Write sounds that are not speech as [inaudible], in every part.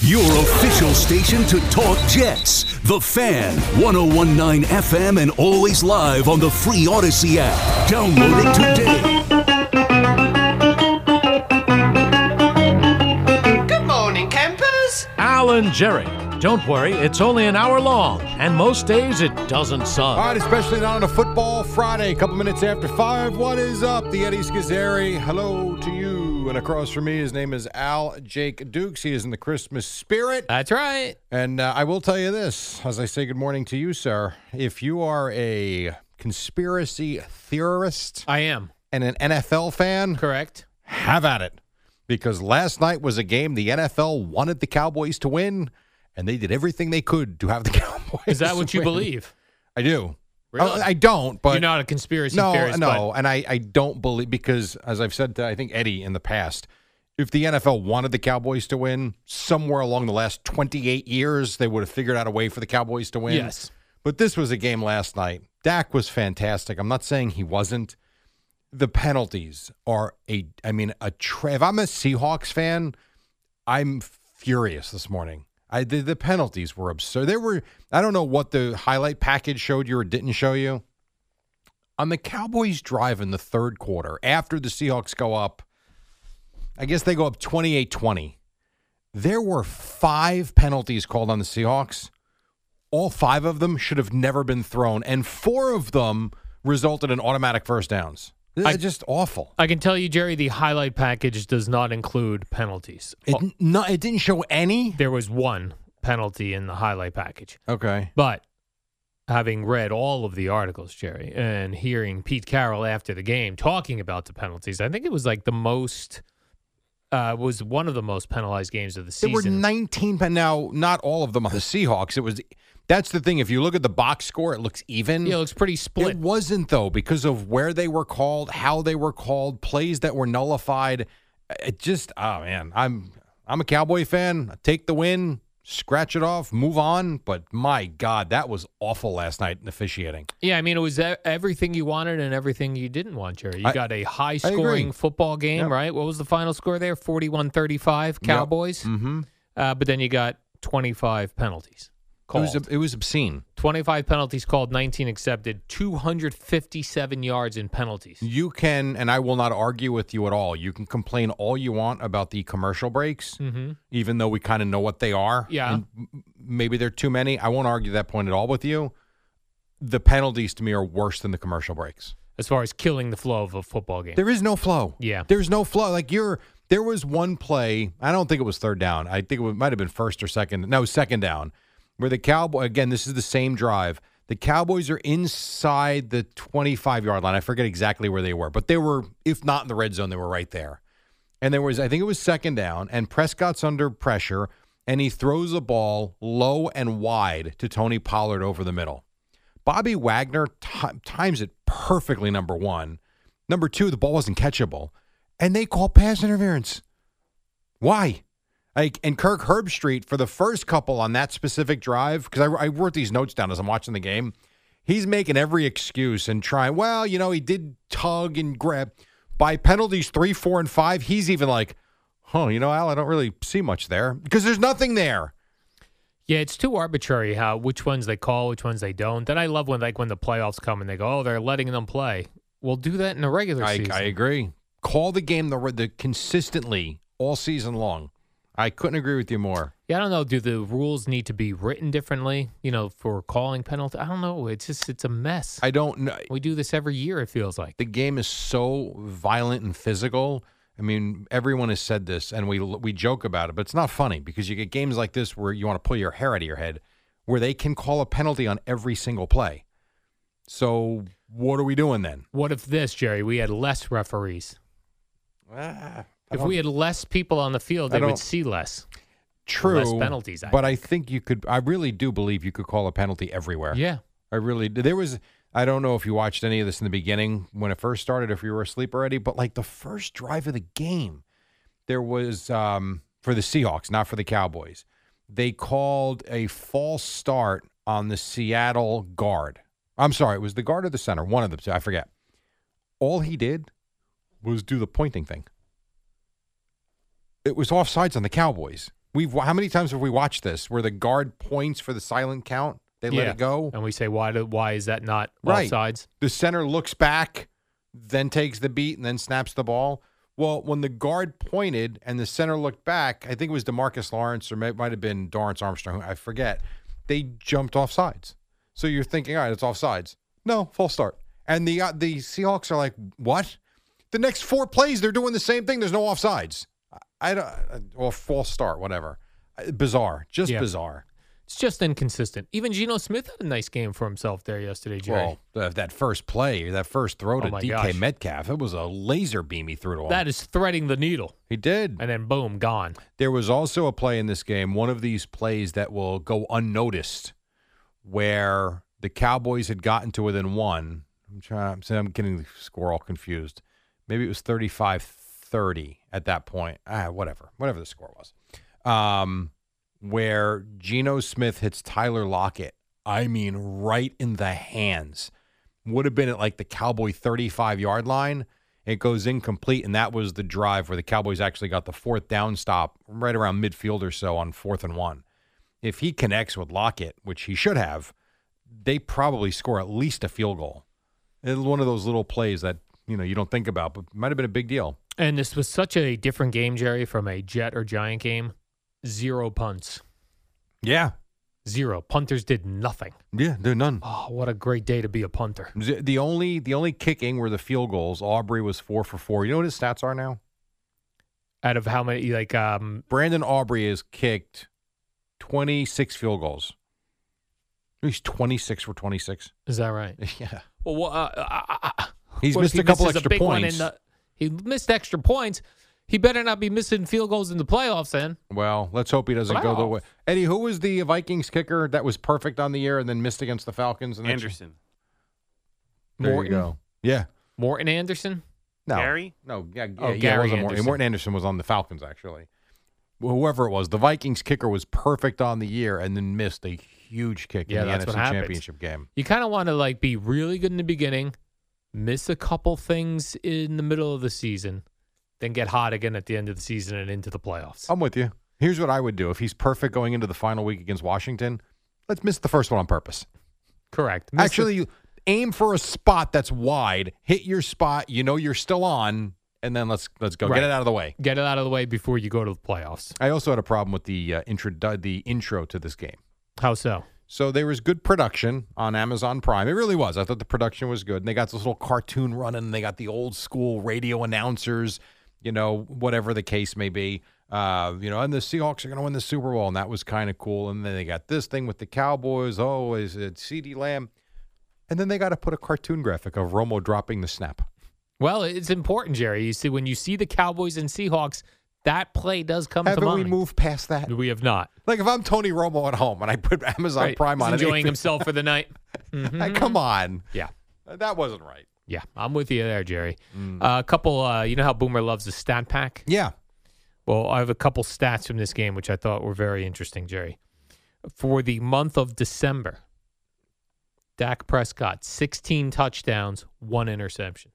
Your official station to talk Jets. The Fan, 1019 FM, and always live on the free Odyssey app. Download it today. Good morning, campers. Alan Jerry. Don't worry, it's only an hour long, and most days it doesn't suck. All right, especially not on a football Friday, a couple minutes after five. What is up? The Eddie Schizzeri. Hello to you. And across from me, his name is Al Jake Dukes. He is in the Christmas spirit. That's right. And uh, I will tell you this as I say good morning to you, sir. If you are a conspiracy theorist, I am. And an NFL fan, correct? Have at it. Because last night was a game the NFL wanted the Cowboys to win and they did everything they could to have the [laughs] Cowboys. Is that what you win. believe? I do. Oh, Really? I, I don't. But [laughs] you're not a conspiracy no, theorist. No, and I, I don't believe because as I've said to I think Eddie in the past, if the NFL wanted the Cowboys to win somewhere along the last 28 years, they would have figured out a way for the Cowboys to win. Yes. But this was a game last night. Dak was fantastic. I'm not saying he wasn't. The penalties are a. I mean, a. Tra- if I'm a Seahawks fan, I'm furious this morning. I the, the penalties were absurd. There were I don't know what the highlight package showed you or didn't show you. On the Cowboys drive in the third quarter, after the Seahawks go up, I guess they go up 28-20. There were five penalties called on the Seahawks. All five of them should have never been thrown, and four of them resulted in automatic first downs. This I- is just awful. I can tell you, Jerry, the highlight package does not include penalties. It, no, it didn't show any. There was one penalty in the highlight package. Okay. But having read all of the articles, Jerry, and hearing Pete Carroll after the game talking about the penalties, I think it was like the most, uh, was one of the most penalized games of the There season. were 19 pen now not all of them on the Seahawks. It was that's the thing if you look at the box score it looks even. Yeah, it looks pretty split. It wasn't though because of where they were called, how they were called, plays that were nullified. It just oh man, I'm I'm a Cowboy fan. Take the win, scratch it off, move on, but my god, that was awful last night in officiating. Yeah, I mean, it was e- everything you wanted and everything you didn't want, Jerry. You I- got a high agree. scoring football game, Yep. right? What was the final score there? 41 35 Cowboys. Mhm. Uh, but then you got 25 penalties It called. was it was obscene. 25 penalties called, 19 accepted, 257 yards in penalties. You can, and I will not argue with you at all. You can complain all you want about the commercial breaks, even though we kind of know what they are. Mm-hmm. Yeah. and m- maybe they're too many. I won't argue that point at all with you. The penalties to me are worse than the commercial breaks. As far as killing the flow of a football game. There is no flow. Yeah. There's no flow. Like you're there was one play, I don't think it was third down. I think it wa- might have been first or second. No, second down. Where the Cowboy again, this is the same drive. The Cowboys are inside the 25 yard line. I forget exactly where they were, but they were, if not in the red zone, they were right there. And there was, I think it was second down, and Prescott's under pressure, and he throws the ball low and wide to Tony Pollard over the middle. Bobby Wagner ti- times it perfectly, number one. Number two, the ball wasn't catchable. And they call pass interference. Why? Like, and Kirk Herbstreit for the first couple on that specific drive, because I, I wrote these notes down as I'm watching the game. He's making every excuse and trying, well, you know, he did tug and grab. By penalties three, four, and five, he's even like, oh, you know, Al, I don't really see much there because there's nothing there. Yeah, it's too arbitrary how which ones they call, which ones they don't. Then I love when like when the playoffs come and they go, oh, they're letting them play. We'll do that in the regular I, season. I agree. Call the game the, the consistently all season long. I couldn't agree with you more. Yeah, I don't know. Do the rules need to be written differently? You know, for calling penalty. I don't know. It's just it's a mess. I don't know. we do this every year. It feels like. The game is so violent and physical. I mean, everyone has said this, and we we joke about it, but it's not funny because you get games like this where you want to pull your hair out of your head, where they can call a penalty on every single play. So what are we doing then? What if this, Jerry? We had less referees. Ah, I If Ah, don't- we had less people on the field, I they would don't- see less. True. less penalties. I but think. I think you could. I really do believe you could call a penalty everywhere. yeah, I really did. There was. I don't know if you watched any of this in the beginning when it first started, if you were asleep already, but like the first drive of the game, there was um, for the Seahawks, not for the Cowboys. They called a false start on the Seattle guard. I'm sorry, it was the guard or the center, one of the two. I forget. All he did was do the pointing thing. It was offsides on the Cowboys. We've how many times have we watched this where the guard points for the silent count? They let Yeah. it go. and we say why do why is that not Right. offsides? The center looks back, then takes the beat, and then snaps the ball. Well, when the guard pointed and the center looked back, I think it was Demarcus Lawrence or may- might have been Dorrance Armstrong. I forget. They jumped off sides. So you're thinking, all right, it's off sides. No, false start. And the uh, the Seahawks are like, what? The next four plays, they're doing the same thing. There's no offsides. I- I don't, or false start, whatever. Uh, Bizarre, just Yeah. bizarre. It's just inconsistent. Even Geno Smith had a nice game for himself there yesterday, Jerry. Well, th- that first play, that first throw to Oh, my DK gosh. Metcalf, it was a laser beam he threw to him. that is threading the needle, he did. and then boom, gone. There was also a play in this game, one of these plays that will go unnoticed, where the Cowboys had gotten to within one. I'm trying. I'm, I'm getting the score all confused. Maybe it was 35-30 at that point. Ah, whatever, whatever the score was. Um, where Geno Smith hits Tyler Lockett. I mean, right in the hands. Would have been at like the Cowboy 35 yard line. It goes incomplete, and that was the drive where the Cowboys actually got the fourth down stop right around midfield or so on fourth and one. If he connects with Lockett, which he should have, they probably score at least a field goal. It's one of those little plays that you know you don't think about, but might have been a big deal. And this was such a different game, Jerry, from a Jet or Giant game. Zero punts. Yeah, Zero. Punters did nothing. yeah, there none. Oh, what a great day to be a punter. Z- The only the only kicking were the field goals. Aubrey was four for four. You know what his stats are now? Out of how many, like, um, Brandon Aubrey has kicked twenty six field goals. He's twenty six for twenty [laughs] six. is that right? Yeah, Well, wha- uh, uh, uh, uh, He's what if missed he a couple misses extra big one in points. the- he missed extra points. He better not be missing field goals in the playoffs then. Well, let's hope he doesn't go the Wow. way. Eddie, who was the Vikings kicker that was perfect on the year and then missed against the Falcons? And then- Anderson. There Morton? you go. Yeah. Morton Anderson? No. Gary? No. Yeah. yeah, Oh, yeah, it Gary wasn't Morton. Anderson. Morton Anderson was on the Falcons actually. Well, Whoever it was, the Vikings kicker was perfect on the year and then missed a huge kick Yeah, in the that's NFC what happens. Championship game. You kind of want to, like, be really good in the beginning, miss a couple things in the middle of the season, then get hot again at the end of the season and into the playoffs. I'm with you. Here's what I would do if he's perfect going into the final week against Washington. Let's miss the first one on purpose. Correct. Miss the- Actually, you aim for a spot that's wide. Hit your spot. You know you're still on, and then let's let's go Right. get it out of the way. get it out of the way before you go to the playoffs. I also had a problem with the uh, intro the intro to this game. How so? So there was good production on Amazon Prime. It really was. I thought the production was good. And they got this little cartoon running. And they got the old school radio announcers, you know, whatever the case may be. Uh, you know, and the Seahawks are going to win the Super Bowl, and that was kind of cool. And then they got this thing with the Cowboys. Oh, is it C.D. Lamb? And then they got to put a cartoon graphic of Romo dropping the snap. Well, it's important, Jerry. You see, when you see the Cowboys and Seahawks, that play does come to Haven't mind. we moved past that? We have not. Like if I'm Tony Romo at home and I put Amazon Right. Prime He's on, I think- [laughs] enjoying Mm-hmm. himself for the night. Like, come on. Yeah. That wasn't right. Yeah, I'm with you there, Jerry. Mm. Uh, a couple, uh, you know how Boomer loves the stat pack? Yeah. Well, I have a couple stats from this game which I thought were very interesting, Jerry. For the month of December, Dak Prescott, 16 touchdowns, one interception.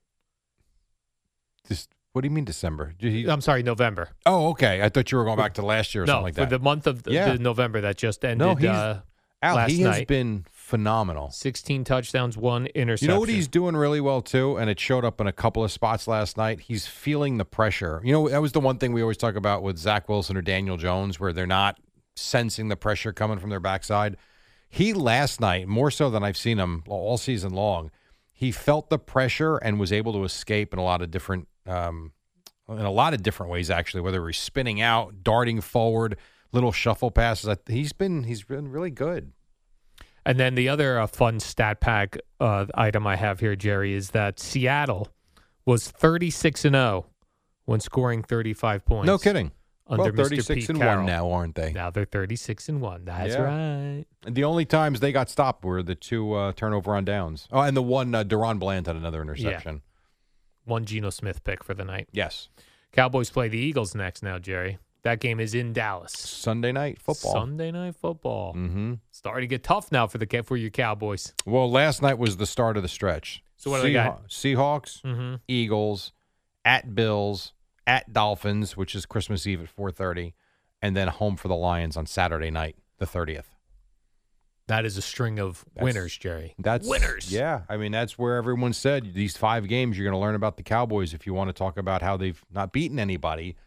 Just what do you mean December? Did he- I'm sorry, November. oh, okay. I thought you were going back to last year or no, something like for that. the month of th- Yeah. the November that just ended. he's- uh, Al, last he has night. been phenomenal. 16 touchdowns, one You interception. know what he's doing really well too, and it showed up in a couple of spots last night. He's feeling the pressure. You know that was the one thing we always talk about with Zach Wilson or Daniel Jones, where they're not sensing the pressure coming from their backside. He last night more so than I've seen him all season long. He felt the pressure and was able to escape in a lot of different um, in a lot of different ways actually whether he's spinning out darting forward little shuffle passes I- he's been he's been really good And then the other uh, fun stat pack uh, item I have here, Jerry, is that Seattle was 36 and 0 when scoring 35 points. no kidding under well, Mr. 36 Pete and Carroll. one now, aren't they? Now they're 36 and 1. That's Yeah. right. And The only times they got stopped were the two uh, turnover on downs. Oh, and the one uh, Deron Bland had another interception. One Geno Smith pick for the night. Yes, Cowboys play the Eagles next now, Jerry. That game is in Dallas. Sunday night football. Sunday night football. hmm Starting to get tough now for the Ca- for your Cowboys. Well, last night was the start of the stretch. So what do they got? Seahaw- Seahawks, Mhm. Eagles, at Bills, at Dolphins, which is Christmas Eve at four thirty, and then home for the Lions on Saturday night, the thirtieth. That is a string of That's- winners, Jerry. That's winners. Yeah, I mean that's where everyone said these five games you're going to learn about the Cowboys if you want to talk about how they've not beaten anybody.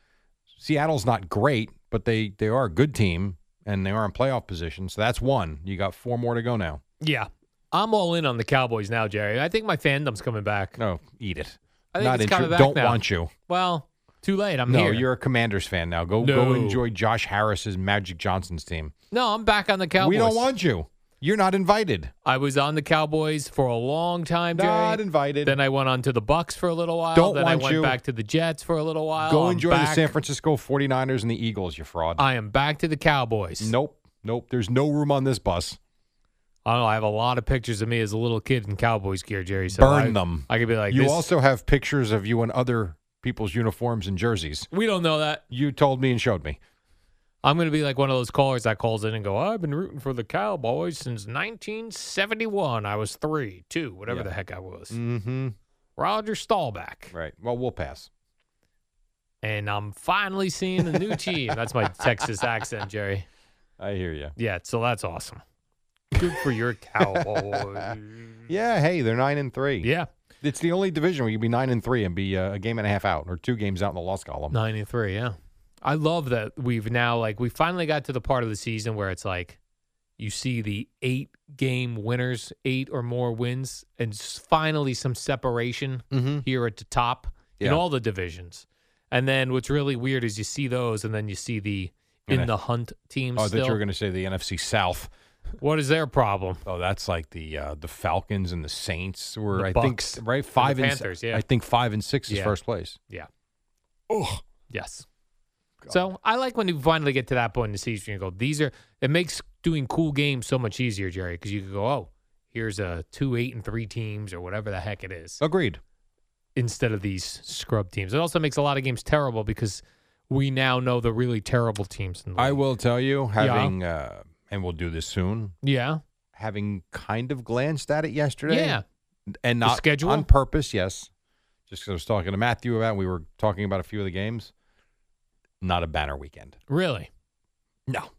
Seattle's not great, but they they are a good team and they are in playoff position. So that's one. You got four more to go now. Yeah. I'm all in on the Cowboys now, Jerry. I think my fandom's coming back. No, eat it. I think not it's coming inter- back Don't now. want you. Well, too late. I'm no, here. you're a Commanders fan now. Go No. go enjoy Josh Harris's Magic Johnson's team. No, I'm back on the Cowboys. We don't want you. You're not invited. I was on the Cowboys for a long time, Jerry. Not invited. Then I went on to the Bucks for a little while. Don't then I want went you. back to the Jets for a little while. go I'm enjoy the back- San Francisco 49ers and the Eagles, you fraud. I am back to the Cowboys. nope. Nope. There's no room on this bus. I don't know. I have a lot of pictures of me as a little kid in Cowboys gear, Jerry. So Burn I- them. I could be like, you this- also have pictures of you in other people's uniforms and jerseys. We don't know that. You told me and showed me. I'm going to be like one of those callers that calls in and go, I've been rooting for the Cowboys since 1971. I was three, two, whatever Yeah. the heck I was. Mm-hmm. Roger Staubach. Right. Well, we'll pass. And I'm finally seeing a new [laughs] team. That's my Texas accent, Jerry. I hear you. Yeah, so that's awesome. Good for [laughs] your Cowboys. Yeah. Hey, they're nine and three. yeah, It's the only division where you be nine and three and be uh, a game and a half out or two games out in the loss column. 93, yeah. I love that we've now, like, we finally got to the part of the season where it's like you see the eight game winners, eight or more wins, and s- finally some separation Mm-hmm. here at the top in Yeah. all the divisions. And then what's really weird is you see those, and then you see the And in I- the hunt team Oh, that still. you were going to say the NFC South. what is their problem? Oh, that's like the uh, the Falcons and the Saints were The I Bucks think and right the five and, Panthers, yeah. I think five and six is Yeah. first place. Yeah. Yes. So I like when you finally get to that point in the season. You go, these are it makes doing cool games so much easier, Jerry, because you could go, oh, here's a two, eight, and three teams or whatever the heck it is, Agreed. instead of these scrub teams. It also makes a lot of games terrible because we now know the really terrible teams. In the I league. will tell you, having uh, and we'll do this soon. Yeah. Having kind of glanced at it yesterday, Yeah. and The not schedule? on purpose. Yes, just 'cause I was talking to Matthew about. it, We were talking about a few of the games. Not a banner weekend. Really. No.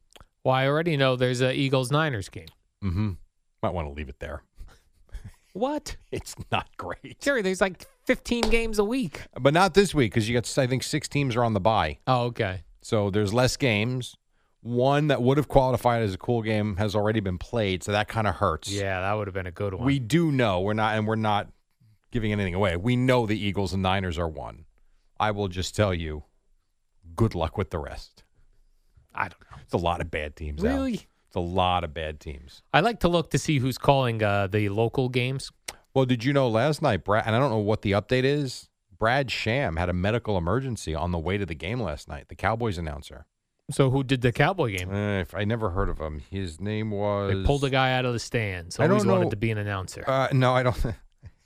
Well, I already know there's a Eagles Niners game. Mm-hmm. Might want to leave it there. [laughs] What? It's not great, Jerry, there's like 15 games a week. but not this week because you got. I think six teams are on the bye. Oh, okay. So there's less games. One that would have qualified as a cool game has already been played, so that kind of hurts. Yeah, that would have been a good one. We do know we're not, and we're not giving anything away. We know the Eagles and Niners are one. I will just tell you, good luck with the rest. I don't know. It's a lot of bad teams. Al. Really? It's a lot of bad teams. I like to look to see who's calling uh, the local games. Well, did you know last night, Brad? And I don't know what the update is. Brad Sham had a medical emergency on the way to the game last night. The Cowboys announcer. So who did the cowboy game? Eh, if I never heard of him. His name was. They pulled a guy out of the stands. I Always don't wanted know. to be an announcer. Uh, no, I don't. [laughs]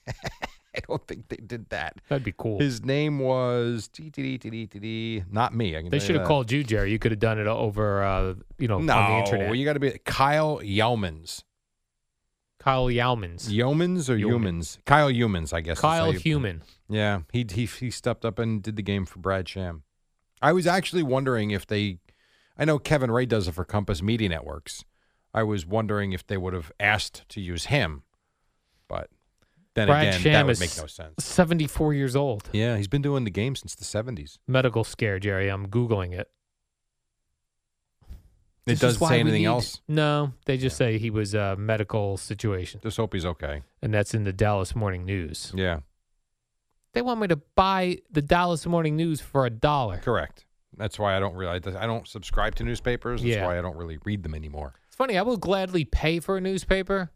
I don't think they did that. That'd be cool. His name was TTD, not me. I can they tell you should have that. called you, Jerry. You could have done it over, uh, you know, No, on the internet. you got to be Kyle Yeomans. Kyle Yaumans. Yeomans or Yeomans. Humans? Kyle Humans, I guess. is how Kyle you- Human. Yeah, he, he he stepped up and did the game for Brad Sham. I was actually wondering if they. I know Kevin Ray does it for Compass Media Networks. I was wondering if they would have asked to use him, but then Brad again, Sham that would is make no sense. 74 years old. Yeah, he's been doing the game since the 70s. Medical scare, Jerry. I'm Googling it. It This is doesn't why say we anything need- else. No, they just say he was a medical situation, Just hope he's okay. and that's in the Dallas Morning News. Yeah, They want me to buy the Dallas Morning News for a dollar. correct. That's why I don't really. I don't subscribe to newspapers. That's Yeah. why I don't really read them anymore. It's funny. I will gladly pay for a newspaper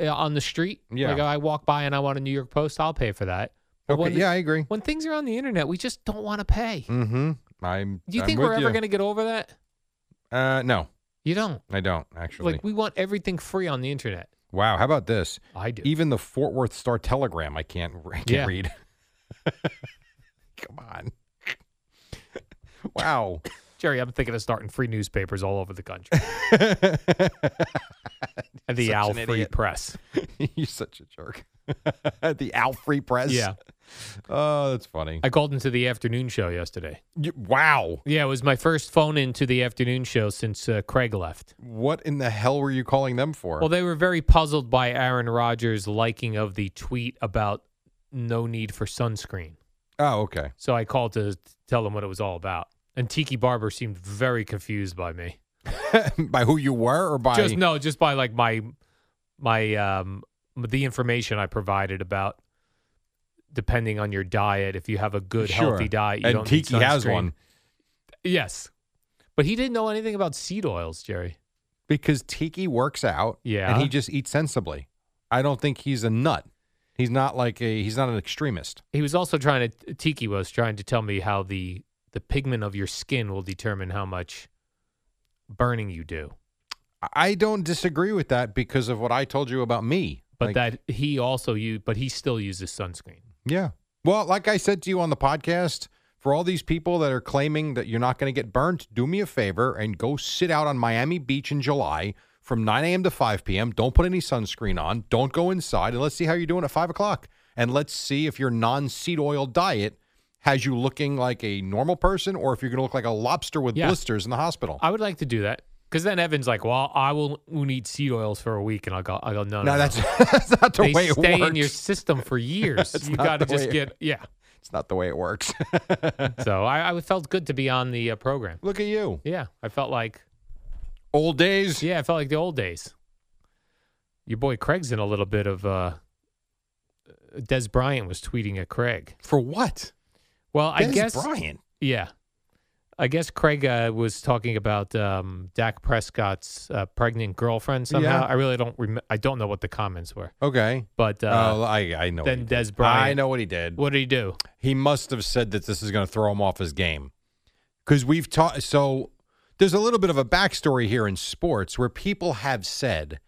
uh, on the street. Yeah. Like I walk by and I want a New York Post, I'll pay for that. But Okay. when, yeah, I agree. When things are on the internet, we just don't want to pay. Mm-hmm. I'm. Do you I'm think with we're you. ever going to get over that? Uh, no, You don't. I don't actually. Like we want everything free on the internet. wow, how about this? I do. Even the Fort Worth Star Telegram, I can't. [laughs] I can't Yeah. read. Come on. [laughs] wow. [laughs] Jerry, I'm thinking of starting free newspapers all over the country. And the Such Al an Free idiot. Press. You're such a jerk. [laughs] the Al Free Press. Yeah. [laughs] Oh, that's funny. I called into the afternoon show yesterday. You- wow. Yeah, it was my first phone into the afternoon show since uh, Craig left. What in the hell were you calling them for? Well, they were very puzzled by Aaron Rodgers' liking of the tweet about no need for sunscreen. oh, okay. [laughs] So I called to tell them what it was all about. And Tiki Barber seemed very confused by me. by who you were or by just no, just by like my my um the information I provided about depending on your diet, if you have a good healthy Sure. diet, you and don't need Tiki has sunscreen. one Yes. But he didn't know anything about seed oils, Jerry. because Tiki works out. Yeah. and he just eats sensibly. I don't think he's a nut. He's not like a he's not an extremist. He was also trying to Tiki was trying to tell me how the the pigment of your skin will determine how much burning you do. I don't disagree with that because of what I told you about me. Like, But that he also you but he still uses sunscreen. yeah. Well, like I said to you on the podcast, for all these people that are claiming that you're not going to get burnt, do me a favor and go sit out on Miami Beach in July from 9 a.m. to 5 p.m. Don't put any sunscreen on. Don't go inside, and let's see how you're doing at five o'clock. And let's see if your non-seed oil diet has you looking like a normal person, or if you're going to look like a lobster with Yeah. blisters in the hospital. I would like to do that. Because then Evan's like, well, I will won't eat seed oils for a week. And I'll go, I'll go no, no, no, that's, [laughs] that's not the they way it stay works. in your [laughs] system for years. you not got to the just way get, [laughs] yeah. It's not the way it works. [laughs] So I, I felt good to be on the uh, program. Look at you, Yeah, I felt like, old days. yeah, I felt like the old days. Your boy Craig's in a little bit of. uh Des Bryant was tweeting at Craig. For what? Well, I Des guess, Bryant. yeah, I guess Craig uh, was talking about um, Dak Prescott's uh, pregnant girlfriend somehow. Yeah. I really don't. Rem- I don't know what the comments were, Okay. but uh, oh, I, I know. what then he did. Des Bryant- I know what he did. What did he do? He must have said that this is going to throw him off his game. Because we've taught. So there's a little bit of a backstory here in sports where people have said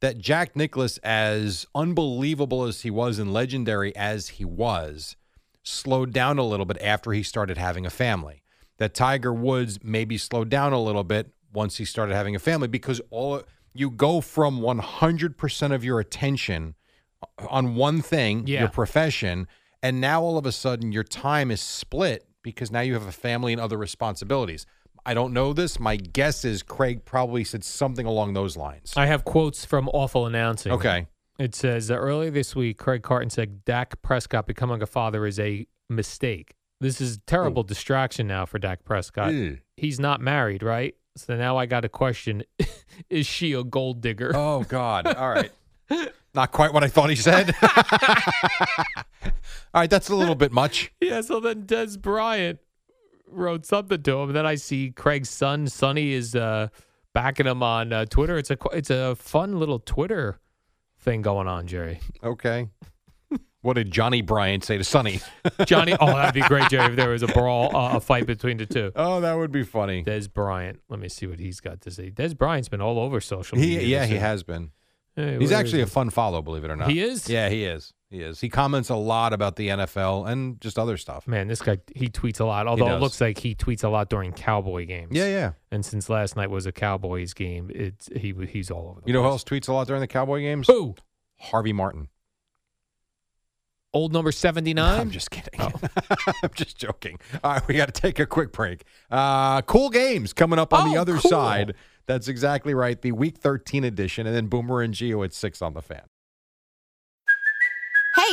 that Jack Nicholas, as unbelievable as he was and legendary as he was, slowed down a little bit after he started having a family. That Tiger Woods maybe slowed down a little bit once he started having a family because all you go from 100% of your attention on one thing, Yeah. your profession, and now all of a sudden your time is split because now you have a family and other responsibilities. I don't know this. My guess is Craig probably said something along those lines. I have quotes from awful announcing. Okay. It says that earlier this week, Craig Carton said Dak Prescott becoming a father is a mistake. This is terrible distraction now for Dak Prescott. Ew. He's not married, right? So now I got a question: [laughs] Is she a gold digger? Oh God! All right, [laughs] not quite what I thought he said. [laughs] All right, that's a little bit much. [laughs] Yeah. So then Des Bryant wrote something to him. Then I see Craig's son Sonny is uh, backing him on uh, Twitter. It's a qu- it's a fun little Twitter thing going on, Jerry. Okay. What did Johnny Bryant say to Sonny? Johnny. oh, that'd be great, Jerry. If there was a brawl, uh, a fight between the two. Oh, that would be funny. Des Bryant. Let me see what he's got to say. Des Bryant's been all over social media. He, yeah, this he year. has been. Hey, He's where actually a is fun follow, believe it or not. He is? Yeah, he is. He is. He comments a lot about the NFL and just other stuff. it? man. This guy he tweets a lot. Although it does. looks like he tweets a lot during Cowboy games. Yeah, yeah. And since last night was a Cowboys game, it's he w- he's all over. The You know who place. else tweets a lot during the Cowboy games? Who? Harvey Martin. Old number Oh. seventy I'm nine. just kidding. [laughs] I'm just joking. All right, we got to take a quick break. Uh, cool games coming up on the Oh, other cool. side. That's exactly right. The Week 13 edition, and then Boomer and Geo at six on the fan. Hey,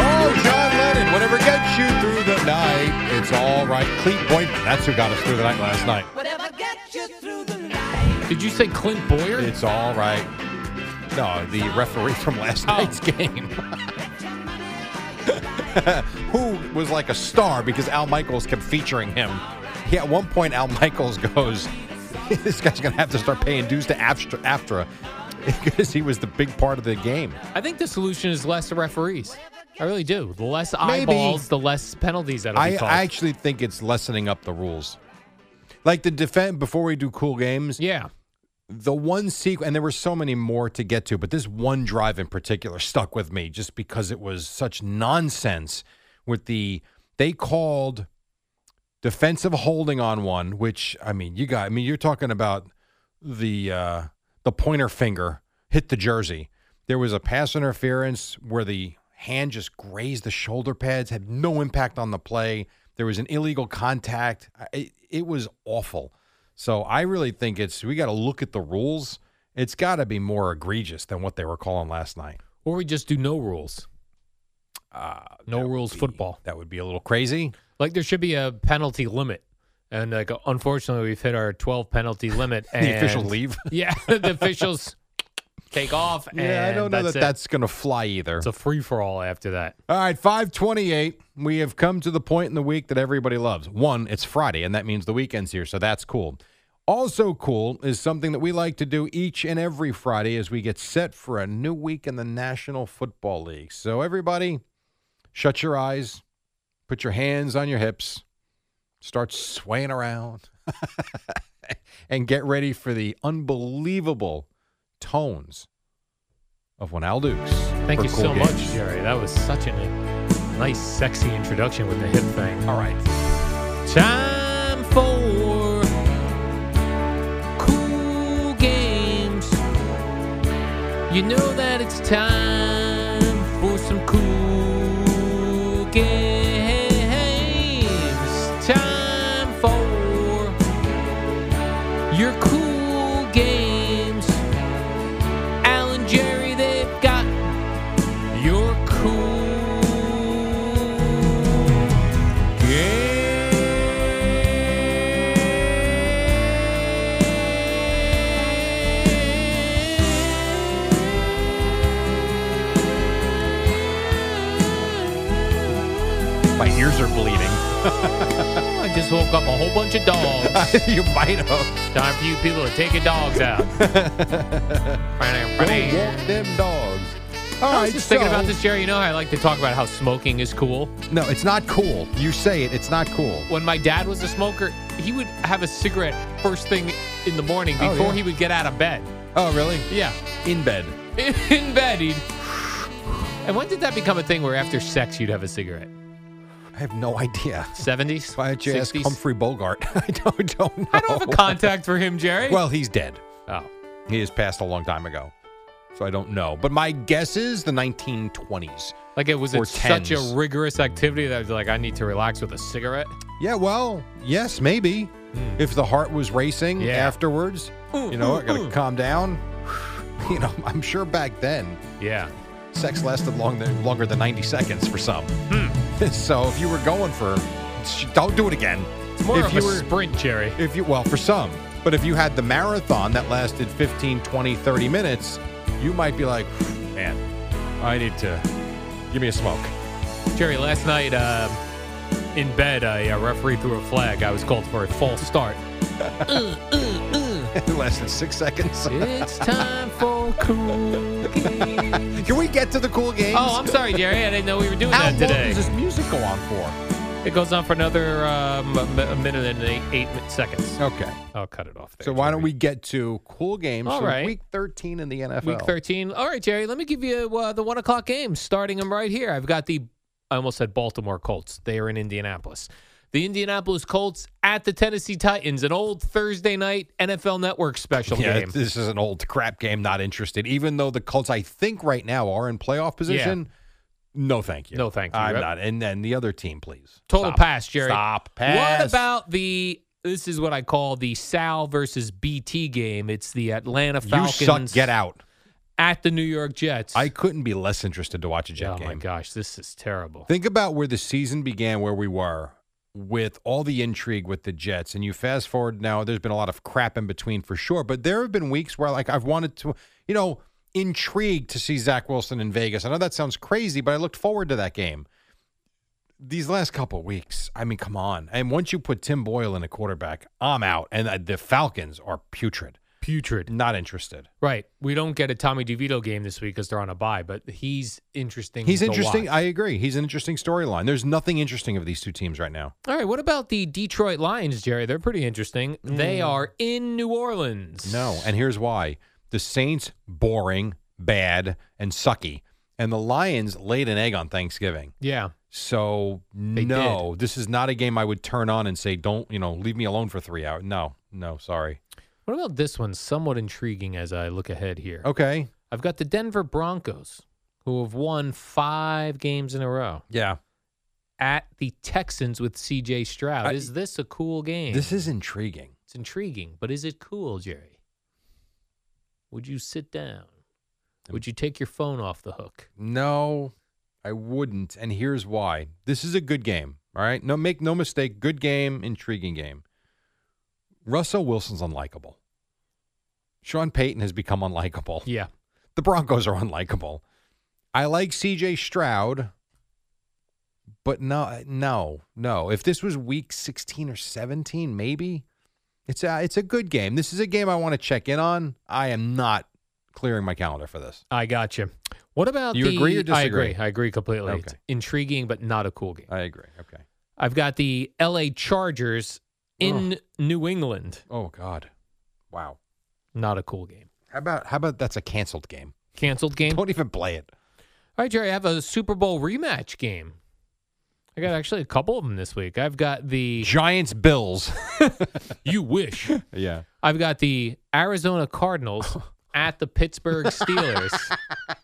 Oh, John Lennon, whatever gets you through the night, it's all right. Cleat Boyd, that's who got us through the night last night. Did you say Clint Boyer? It's all right. No, the referee from last Oh. night's game. [laughs] Who was like a star because Al Michaels kept featuring him. Yeah, at one point, Al Michaels goes, [laughs] This guy's going to have to start paying dues to Aftra, AFTRA [laughs] because he was the big part of the game. I think the solution is less referees. I really do. The less eyeballs, the less penalties that'll be I, called. I actually think it's lessening up the rules. Like the defend before we do cool games, yeah. the one sequence, and there were so many more to get to, but this one drive in particular stuck with me just because it was such nonsense with the they called defensive holding on one, which I mean, you got I mean, you're talking about the uh the pointer finger hit the jersey. There was a pass interference where the hand just grazed the shoulder pads, had no impact on the play. There was an illegal contact. I- It, it was awful. So I really think it's we got to look at the rules. It's got to be more egregious than what they were calling last night. Or we just do no rules. no rules football. Ah, That would be a little crazy. Like there should be a penalty limit. And like unfortunately we've hit our 12 penalty limit and [laughs] The official leave. [laughs] Yeah, the officials take off Yeah, I and don't know that's that it. that's going to fly either. it's a free for all after that. All right, 528. We have come to the point in the week that everybody loves. One, it's Friday, and that means the weekend's here, so that's cool. Also, cool is something that we like to do each and every Friday as we get set for a new week in the National Football League. So, everybody, shut your eyes, put your hands on your hips, start swaying around, [laughs] and get ready for the unbelievable tones of when Al Dukes. Thank for you Cool so Games. much, Jerry. That was such a nice sexy introduction with the hip thing. All right. Time for cool games. You know that it's time for some cool games. Time for your cool games. Alan Jerry, they've got your cool My ears are bleeding. oh, I just woke up a whole bunch [laughs] of dogs. you might have. Time for you people to take your dogs out. Don't I walk them dogs. All right, was just thinking so- about this, Jerry. You know, I like to talk about how smoking is cool. No, it's not cool. You say it. It's not cool. When my dad was a smoker, he would have a cigarette first thing in the morning Oh, before yeah. he would get out of bed. Oh, really? Yeah, [laughs] In bed. in bed he'd. And when did that become a thing where after sex you'd have a cigarette? I have no idea. 70s? Why don't you ask 60s? Humphrey Bogart? [laughs] I don't, don't know. I don't have a contact for him, Jerry. Well, he's dead. oh, He has passed a long time ago. So I don't know. But my guess is the 1920s. like it was Or it such a tens. rigorous activity that I was like, I need to relax with a cigarette. Yeah, well, yes, maybe. If the heart was racing Yeah. afterwards, you know, I got to calm down. [sighs] You know, I'm sure back then Yeah. sex lasted long longer Hmm. [laughs] than 90 seconds for some. so if you were going for, sh- don't do it again. more if of you a were- sprint, Jerry. If you well, for some, but if you had the marathon that lasted 15, 20, 30 minutes, you might be like, man, I need to give me a smoke. [laughs] Jerry, last night um, in bed, I uh, referee threw a flag. I was called for a false start. Less than six seconds. It's time for cool. Can we get to the cool games? Oh, I'm sorry, Jerry. I didn't know we were doing How that long today. does this music go on for? It goes on for another um, a mi- a minute and eight, eight mi- seconds. Okay. I'll cut it off there. So why don't we get to cool games All from right. week 13 in the NFL? Week 13. All right, Jerry, let me give you uh, the one o'clock games, starting them right here. I've got the, I almost said Baltimore Colts. They are in Indianapolis. The Indianapolis Colts at the Tennessee Titans, an old Thursday night NFL Network special Yeah, game. this is an old crap game. Not interested. Even though the Colts, I think right now, are in playoff position. No, thank you. No, thank you. I'm Yep. not. And then the other team, please. Total Stop. pass, Jerry. Stop. Pass. What about the? This is what I call the Sal versus BT game. It's the Atlanta you? Falcons. Suck. Get out. at the New York Jets. I couldn't be less interested to watch a Jet oh game. my gosh, this is terrible. Think about where the season began, where we were with all the intrigue with the Jets, and you fast forward now. There's been a lot of crap in between for sure, but there have been weeks where like I've wanted to, you know, intrigued to see Zach Wilson in Vegas. I know that sounds crazy, but I looked forward to that game. These last couple weeks, I mean, come on. And once you put Tim Boyle in a quarterback, I'm out. And uh, the Falcons are putrid. Putrid. Not interested. Right. We don't get a Tommy DeVito game this week because they're on a bye, but he's interesting. He's to interesting. watch. I agree. He's an interesting storyline. There's nothing interesting of these two teams right now. All right. What about the Detroit Lions, Jerry? They're pretty interesting. They are in New Orleans. Mm. No, Oh, and here's why: the Saints boring, bad, and sucky, and the Lions laid an egg on Thanksgiving. Yeah. So no, this is not a game I would turn on and say, "Don't you know, leave me alone for three hours." No, no, sorry. What about this one? Somewhat intriguing as I look ahead here. Okay, I've got the Denver Broncos, who have won five games in a row, yeah, at the Texans with C.J. Stroud. I- is this a cool game? this is intriguing. It's intriguing, but is it cool, Jerry? Would you sit down? Would you take your phone off the hook? No, I wouldn't, and here's why: this is a good game. All right, no, make no mistake, good game, intriguing game. Russell Wilson's unlikable. Sean Payton has become unlikable. Yeah. the Broncos are [laughs] unlikable. I like CJ Stroud, but no, no, no. If this was week 16 or 17, maybe it's a, it's a good game. This is a game I want to check in on. I am not clearing my calendar for this. I got you. What about You the- agree or I agree. disagree? I agree completely. It's Okay. intriguing, but not a cool game. I agree. Okay. I've got the L.A. Chargers in New England. Oh God. Wow. Not a cool game. How about how about that's a canceled game? Canceled game. Don't even play it. All right, Jerry, I have a Super Bowl rematch game. I got actually a couple of them this week. I've got the Giants [laughs] Bills. [laughs] You Wish. [laughs] yeah. I've got the Arizona Cardinals [laughs] at the Pittsburgh Steelers.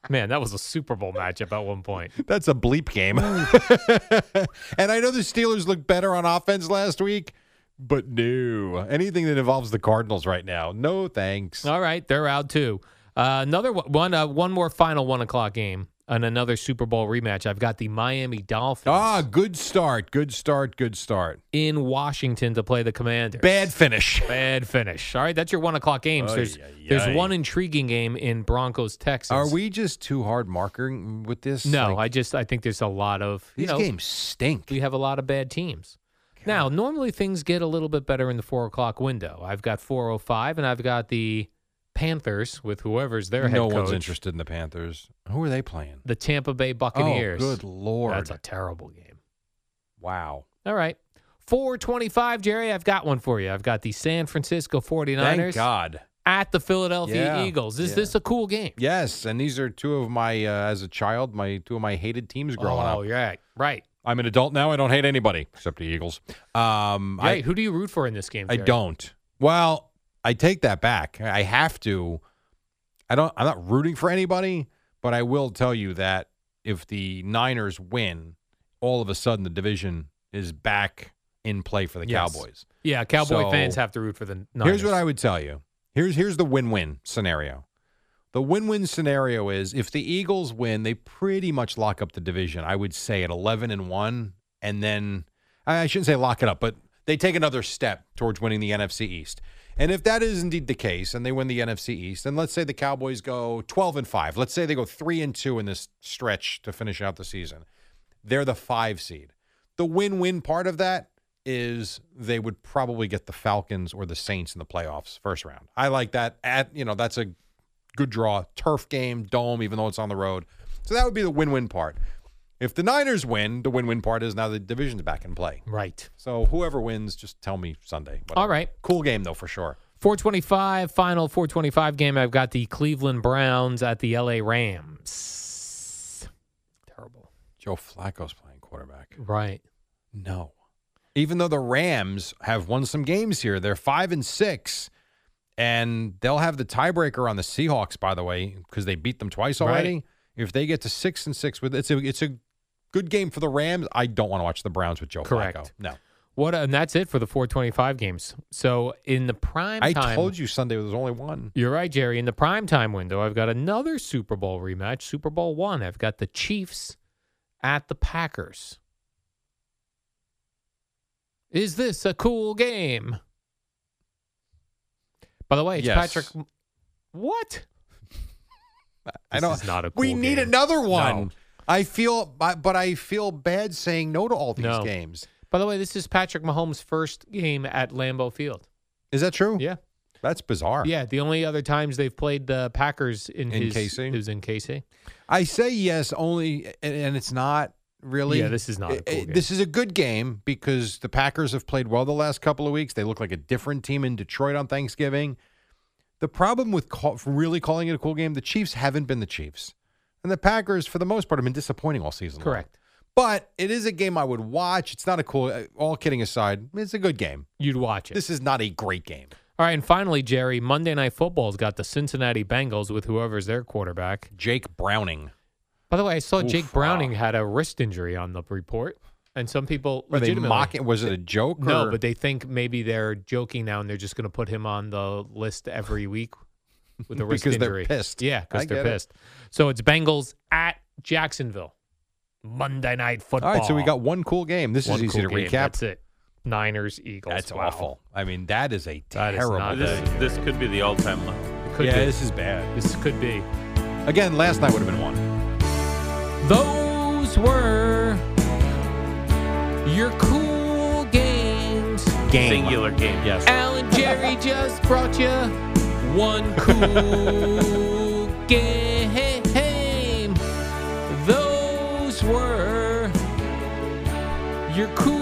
Man, that was a Super Bowl matchup at one point. That's a bleep game. [laughs] and I know the Steelers looked better on offense last week, but no. Anything that involves the Cardinals right now, no thanks. All right, they're out too. Uh, another one, one, uh, one more final one o'clock game and another Super Bowl rematch. I've got the Miami Dolphins Ah, good start. Good start. Good start. in Washington to play the Commanders. Bad finish. Bad finish. All right, that's your one o'clock games. Ay, there's ay, ay. there's one intriguing game in Broncos Texas. Are we just too hard marking with this? No, Like, I just I think there's a lot of you these know games stink. we have a lot of bad teams. Now, normally things get a little bit better in the four o'clock window. I've got four oh five, and I've got the Panthers with whoever's their head no coach. one's interested in the Panthers. Who are they playing? The Tampa Bay Buccaneers. Oh, good lord! That's a terrible game. wow. All right. 425, Jerry, I've got one for you. I've got the San Francisco 49ers Thank God. at the Philadelphia Yeah, Eagles. Is yeah. this a cool game? Yes, and these are two of my uh, as a child, my two of my hated teams growing up. oh, right. Right. I'm an adult now. I don't hate anybody except the Eagles. Um, Right. Who do you root for in this game? I, I Jerry? don't. Well, I take that back. I have to. I don't. I'm not rooting for anybody, but I will tell you that if the Niners win, all of a sudden the division is back in play for the Yes. Cowboys. Yeah, Cowboy So- fans have to root for the Niners. Here's what I would tell you. Here's here's the win-win scenario. The win-win scenario is if the Eagles win, they pretty much lock up the division. I would say at 11 and 1 and then I I shouldn't say lock it up, but they take another step towards winning the NFC East. And if that is indeed the case, and they win the NFC East, and let's say the Cowboys go 12 and 5, let's say they go 3 and 2 in this stretch to finish out the season, they're the 5 seed. The win win part of that is they would probably get the Falcons or the Saints in the playoffs first round. I like that. At you know, that's a good draw. Turf game, dome, even though it's on the road. So that would be the win win part. If the Niners win, the win win part is now the division's back in play. Right. So whoever wins, just tell me Sunday. whatever. All right. Cool game though for sure. 425, final 425 game. I've got the Cleveland Browns at the LA Rams. Terrible. Joe Flacco's playing quarterback. Right. No. Even though the Rams have won some games here, they're five and six, and they'll have the tiebreaker on the Seahawks. By the way, because they beat them twice Right. already. If they get to six and six with it's a it's a good game for the Rams. I don't want to watch the Browns with Joe Flacco. Correct. No, What and that's it for the 425 games. So in the prime I time told you Sunday was only one. You're right, Jerry. In the prime time window, I've got another Super Bowl rematch, Super Bowl 1. I've got the Chiefs at the Packers. Is this a cool game? By the way, it's Yes. Patrick What? I This don't. is not a we cool need game. another one. No. I feel, but but I feel bad saying no to all these No. games. By the way, this is Patrick Mahomes' first game at Lambeau Field. Is that true? Yeah. that's bizarre. Yeah, the only other times they've played the Packers in, In his KC? is in KC. I say yes only, and, and it's not really. Yeah, this is not a It- cool it- game. This is a good game because the Packers have played well the last couple of weeks. They look like a different team in Detroit on Thanksgiving. The problem with call, really calling it a cool game, the Chiefs haven't been the Chiefs, and the Packers, for the most part, have been disappointing all season. long. Correct. But it is a game I would watch. It's not a cool. uh, All kidding aside, it's a good game. You'd watch it. This is not a great game. All right, and finally, Jerry, Monday Night Football's got the Cincinnati Bengals with whoever's their quarterback. Jake Browning. By the way, I saw Oof, Jake Browning had a wrist injury on the report, and some people Were they legitimately- mocking? Was it a joke? No, or- but they think maybe they're joking now, and they're just going to put him on the list every week [laughs] with a wrist Because they're injury. pissed. Yeah, I because they're get it. pissed. So it's Bengals at Jacksonville, Monday Night Football. all right. So we got one cool game. This One is easy cool to game. recap. That's it. Niners Eagles. That's Wow. awful. I mean, that is a That is terrible. not day. good. This could be the all-time low. It could yeah, be. this is bad. This could be. Again, last night would have been one. Those were your cool games. Game. Singular game, yes. Alan Jerry just brought you one cool game. Those were your cool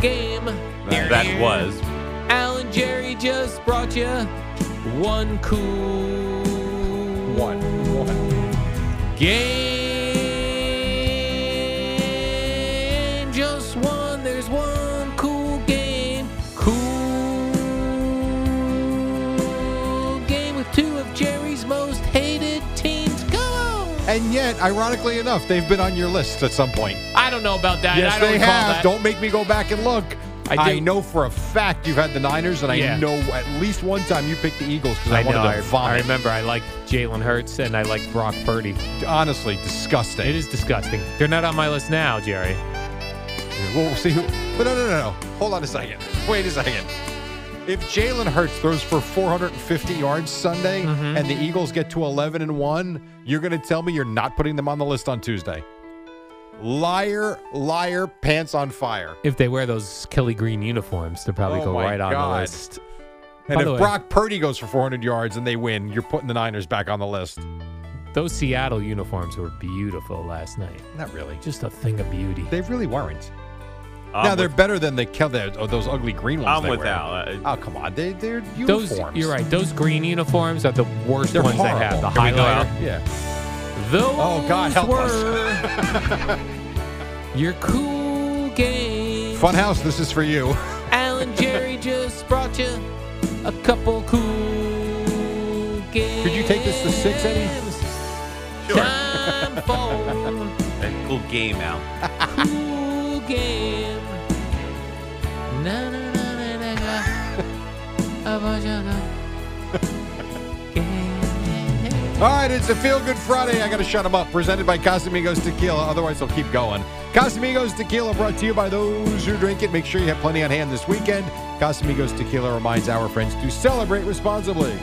game. That, that was. Alan Jerry just brought you one cool One. One. game. Just one. There's one cool game. Cool game with two of Jerry's most hated teams. Go! And yet, ironically enough, they've been on your list at some point. I don't know about that. yes, I don't they recall have. that. Don't make me go back and look. I I, do- know for a fact you've had the Niners, and Yeah. I know at least one time you picked the Eagles because I, I know. wanted I, to vomit. I remember. I liked Jalen Hurts and I liked Brock Purdy. Honestly, disgusting. It is disgusting. They're not on my list now, Jerry. We'll see who. But no, no, no, no. Hold on a second. Wait a second. If Jalen Hurts throws for 450 yards Sunday Mm-hmm. and the Eagles get to 11 and 1, you're going to tell me you're not putting them on the list on Tuesday. Liar, liar, pants on fire. If they wear those Kelly Green uniforms, they'll probably Oh go my right on God. the list. And By the if way- Brock Purdy goes for 400 yards and they win, you're putting the Niners back on the list. Those Seattle uniforms were beautiful last night. Not really. Just a thing of beauty. They really weren't. I'm now they're with- better than the Kel- the- oh, those ugly green ones. I'm they with wear. Al. Uh, Oh come on, they they're uniforms. Those, you're right. Those green uniforms are the worst They're ones horrible. they have. The Here we go, highlighter. Yeah. Those Oh God, help were us. [laughs] your cool game. Funhouse, this is for you. Alan Jerry just brought you a couple cool games. Could you take this to six, Eddie? Sure. [laughs] Time for That cool game, Al. cool game. Na, na, na, na, na, na. A bunch of the games. All right, it's a feel good Friday. I got to shut him up. Presented by Casamigos Tequila. Otherwise, they'll keep going. Casamigos Tequila brought to you by those who drink it. Make sure you have plenty on hand this weekend. Casamigos Tequila reminds our friends to celebrate responsibly.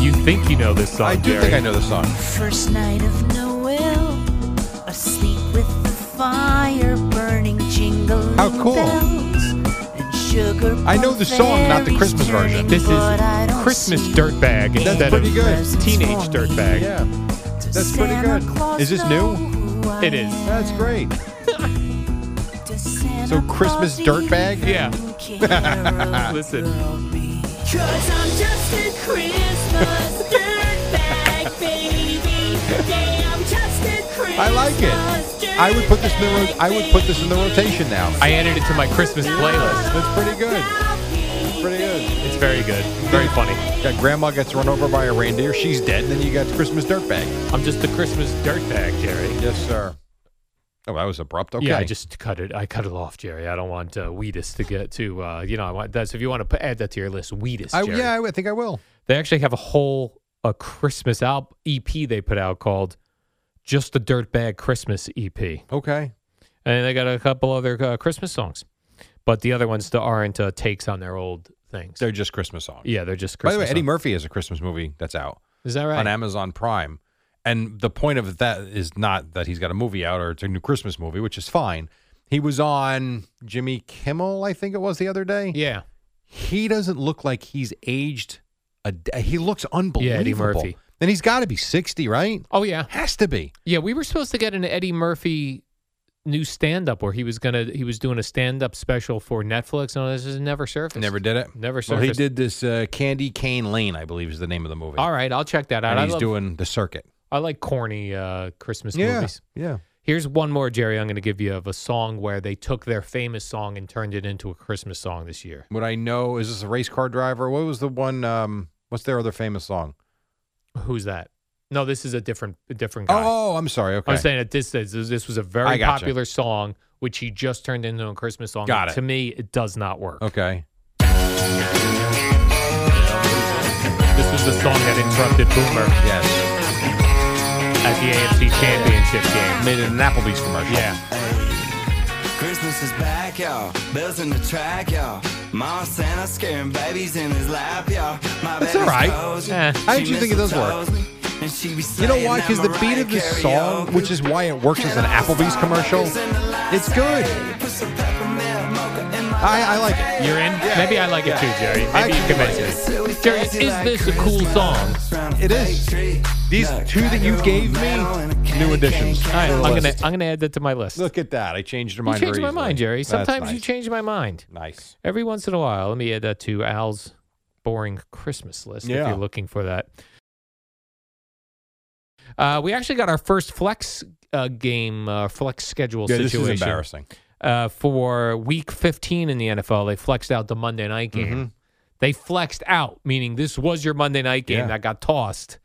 You think you know this song? I do think Jerry. I know the song. First night of Noel, asleep with the fire burning, jingling How cool. bells, and sugar. I know the song, not the Christmas version. This is Christmas dirtbag That's instead of pretty good. teenage dirtbag. Yeah, that's pretty good. Is this new? It is. That's great. So Christmas dirtbag? [laughs] Yeah. Listen. Cause I'm just a Christmas dirtbag, baby. Yeah, I'm just a Christmas I like it. I would put this in the ro- I would put this in the rotation now. I added it to my Christmas playlist. That's pretty good. That's pretty good. It's very good. Very funny. Got grandma gets run over by a reindeer. She's dead. And then you got Christmas dirtbag. I'm just the Christmas dirtbag, Jerry. Yes, sir. Oh, that was abrupt. Okay. Yeah, I just cut it. I cut it off, Jerry. I don't want uh, Wheatus to get to. Uh, you know, I want that's if you want to put, add that to your list, Wheatus. I, Jerry. yeah, I think I will. They actually have a whole a Christmas al- EP they put out called "Just the Dirtbag Christmas EP," and Okay. they got a couple other uh, Christmas songs, but the other ones that aren't uh, takes on their old things. They're just Christmas songs. yeah, they're just. By Christmas the way, Eddie songs. Murphy has a Christmas movie that's out is that right? on Amazon Prime. And the point of that is not that he's got a movie out or it's a new Christmas movie, which is fine. He was on Jimmy Kimmel, I think it was the other day. yeah, He doesn't look like he's aged a d- he looks unbelievable. Eddie Murphy. And he's got to be 60, right? oh yeah, Has to be. yeah. We were supposed to get an Eddie Murphy new stand up where he was gonna he was doing a stand up special for Netflix, and this has never surfaced. Never did it. Never Well, he surfaced. did this uh, Candy Cane Lane, I believe, is the name of the movie. All right, I'll check that out. And I he's love- doing the circuit. I like corny uh, Christmas movies. yeah. Here's one more, Jerry. I'm going to give you of a song where they took their famous song and turned it into a Christmas song this year. What I know is this a race car driver? What was the one? Um, what's their other famous song? Who's that? No, this is a different, a different guy. Oh, oh, I'm sorry. Okay, I'm saying that this is this was a I very gotcha. popular song which he just turned into a Christmas song. Got it. To me, it does not work. okay. This was the song that interrupted Boomer Yes, at the AFC Championship game. made it an Applebee's commercial. Yeah, Christmas is back, y'all. Bells in the track, y'all. Mom Santa scaring babies in his lap, y'all. My That's baby's all right. cozy. Eh. I actually think it does work. mistletoes me, and she be You know slaying why? that Because the beat Mariah of this Carey, song, y'all. which is why it works as an Applebee's commercial, it's good. Put some peppermint mocha in my I, I like it. you're in. Maybe I like it too, Jerry. I Maybe you actually convinced me. Jerry, is this a cool song? It is. These two that you gave me, new additions. All right, to the I'm gonna list. I'm gonna add that to my list. Look at that! I changed your you mind. changed very my easily. mind, Jerry. That's Sometimes you nice. change my mind. Nice. Every once in a while, let me add that to Al's boring Christmas list if Yeah. you're looking for that. Uh, we actually got our first flex uh, game, uh, flex schedule Yeah, this situation is embarrassing. Uh, for week 15 in the NFL. They flexed out the Monday night game. Mm-hmm. They flexed out, meaning this was your Monday night game Yeah. that got tossed.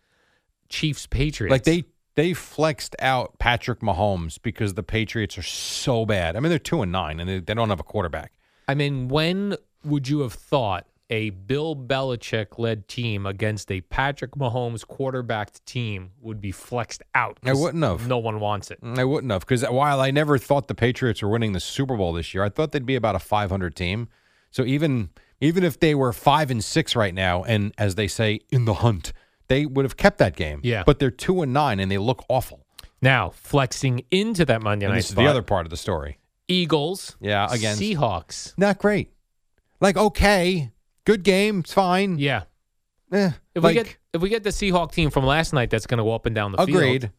Chiefs Patriots. Like they they flexed out Patrick Mahomes because the Patriots are so bad. I mean, they're two and nine, and they, they don't have a quarterback. I mean, when would you have thought a Bill Belichick led team against a Patrick Mahomes quarterbacked team would be flexed out? I wouldn't have. No one wants it. Mm, I wouldn't have because while I never thought the Patriots were winning the Super Bowl this year, I thought they'd be about a 500 team. So even even if they were five and six right now, and as they say in the hunt, they would have kept that game. Yeah. but they're two and nine, and they look awful. Now, flexing into that Monday And night this is spot, the other part of the story. Eagles. Yeah, against- Seahawks. Not great. Like okay, good game, it's fine. Yeah. Eh, If like we get if we get the Seahawk team from last night that's going to go up and down the agreed. field,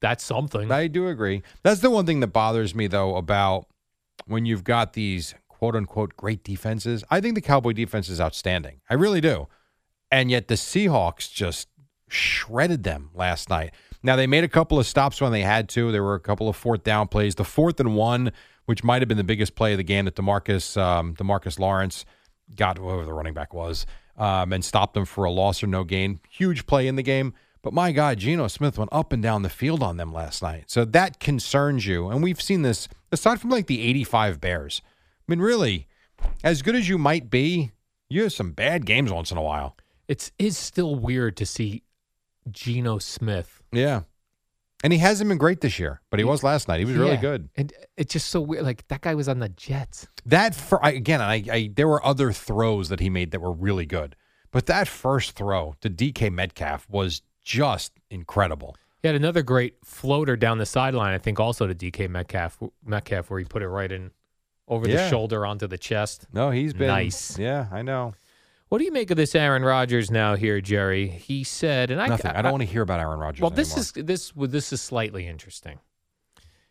that's something. I do agree. That's the one thing that bothers me though about when you've got these quote unquote great defenses. I think the Cowboy defense is outstanding. I really do. And yet the Seahawks just shredded them last night. Now they made a couple of stops when they had to. There were a couple of fourth down plays. The fourth and one, which might have been the biggest play of the game that DeMarcus um, DeMarcus Lawrence got whoever the running back was um, and stopped them for a loss or no gain. Huge play in the game. But my God, Geno Smith went up and down the field on them last night. So that concerns you. And we've seen this aside from like the 85 Bears. I mean, really, as good as you might be, you have some bad games once in a while. It's is still weird to see Geno Smith. Yeah. And he hasn't been great this year, but he was last night. He was really Yeah. good. And it's just so weird. Like that guy was on the Jets. That fir- I, again, I, I there were other throws that he made that were really good, but that first throw to DK Metcalf was just incredible. He had another great floater down the sideline, I think also to DK Metcalf Metcalf where he put it right in over Yeah. the shoulder onto the chest. No, he's been nice. Yeah, I know. What do you make of this Aaron Rodgers now here, Jerry? He said and I Nothing. I, don't want to hear about Aaron Rodgers. Well, this anymore. is this w- this is slightly interesting.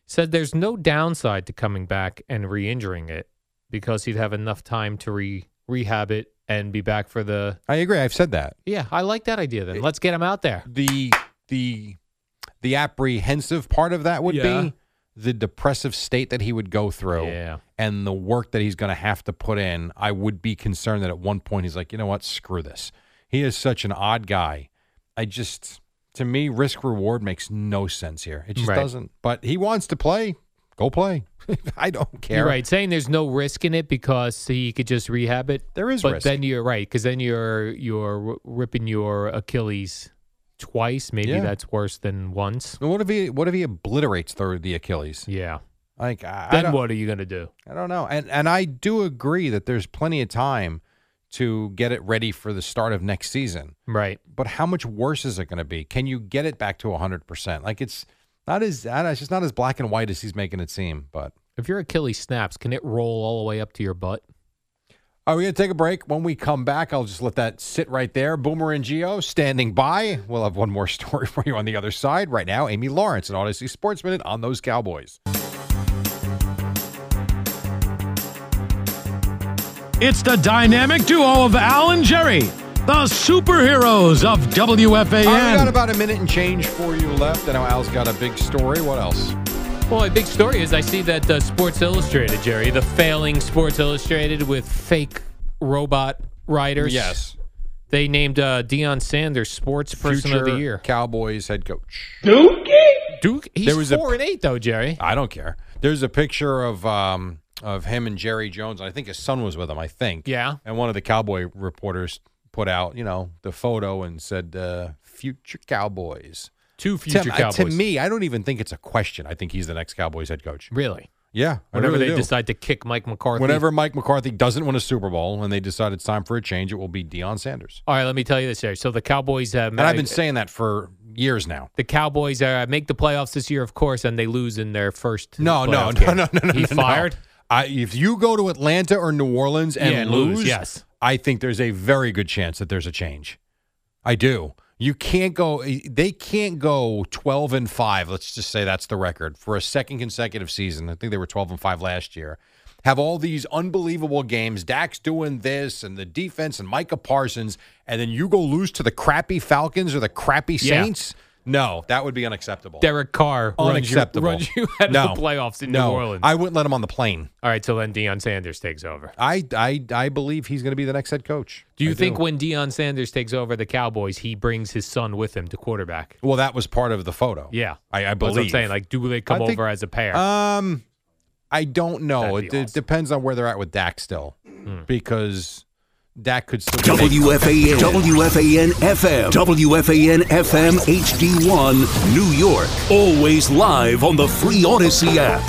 Said there's no downside to coming back and re-injuring it because he'd have enough time to re rehab it and be back for the. I agree. I've said that. Yeah, I like that idea. Then let's get him out there. The the the apprehensive part of that would Yeah. be the depressive state that he would go through Yeah. and the work that he's going to have to put in. I would be concerned that at one point he's like, you know what, screw this. He is such an odd guy. I just, to me, risk reward makes no sense here. It just Right. doesn't. But he wants to play. Go play. [laughs] I don't care. You're right. Saying there's no risk in it because he could just rehab it. There is but risk. then you're right because then you're you're r- ripping your Achilles twice. Maybe Yeah. that's worse than once. And what if he what if he obliterates the, the Achilles? Yeah. Like I, I Then don't- what are you gonna do? I don't know. And and I do agree that there's plenty of time to get it ready for the start of next season. Right. But how much worse is it going to be? Can you get it back to 100%? Like it's not as I don't know, it's just not as black and white as he's making it seem, but If your Achilles snaps, can it roll all the way up to your butt? all right, we're going to take a break. When we come back, I'll just let that sit right there. Boomer and Geo standing by. We'll have one more [laughs] story for you on the other side. Right now, Amy Lawrence at Odyssey Sports Minute on those Cowboys. It's the dynamic duo of Al and Jerry, the superheroes of WFAN. All right, we got about a minute and change for you left. I know Al's got a big story. What else? Well, a big story is I see that uh, Sports Illustrated, Jerry, the failing Sports Illustrated with fake robot writers. Yes. They named uh, Deion Sanders Sports Person of the Future Year. Cowboys head coach. Duke, he's There was a- four and eight though, Jerry. I don't care. There's a picture of um, of him and Jerry Jones. I think his son was with him. I think. Yeah. And one of the cowboy reporters put out, you know, the photo and said, uh, "Future Cowboys." Two future to, uh, Cowboys. To me, I don't even think it's a question. I think he's the next Cowboys head coach. really. Yeah. I Whenever really they do. decide to kick Mike McCarthy. Whenever Mike McCarthy doesn't win a Super Bowl and they decide it's time for a change, it will be Deion Sanders. All right, let me tell you this, Jerry. So the Cowboys have. And I've been saying that for years now. the Cowboys uh, make the playoffs this year, of course, and they lose in their first. No, [laughs] no, playoff no, game. no, no, no. He no, no. fired. I, if you go to Atlanta or New Orleans and Yeah, and lose, lose, yes. I think there's a very good chance that there's a change. I do. You can't go. eh, They can't go 12 and five. Let's just say that's the record for a second consecutive season. I think they were 12 and five last year. Have all these unbelievable games. Dak's doing this, and the defense, and Micah Parsons, and then you go lose to the crappy Falcons or the crappy Yeah. Saints. No, that would be unacceptable. Derek Carr runs you- Unacceptable. Runs you, out no. of the playoffs in No. New Orleans. I wouldn't let him on the plane. All right, so then Deion Sanders takes over. I I, I believe he's going to be the next head coach. Do you I think when Deion Sanders takes over the Cowboys, he brings his son with him to quarterback? Well, that was part of the photo. Yeah, I, I That's what believe. I'm saying. Like, do they come I think- over as a pair? Um, I don't know. That'd It, be Hmm. it depends on where they're at with Dak still, because Dak could still E be- WFAN, WFAN FM, WFAN FM HD1, New York. Always live on the free Odyssey app.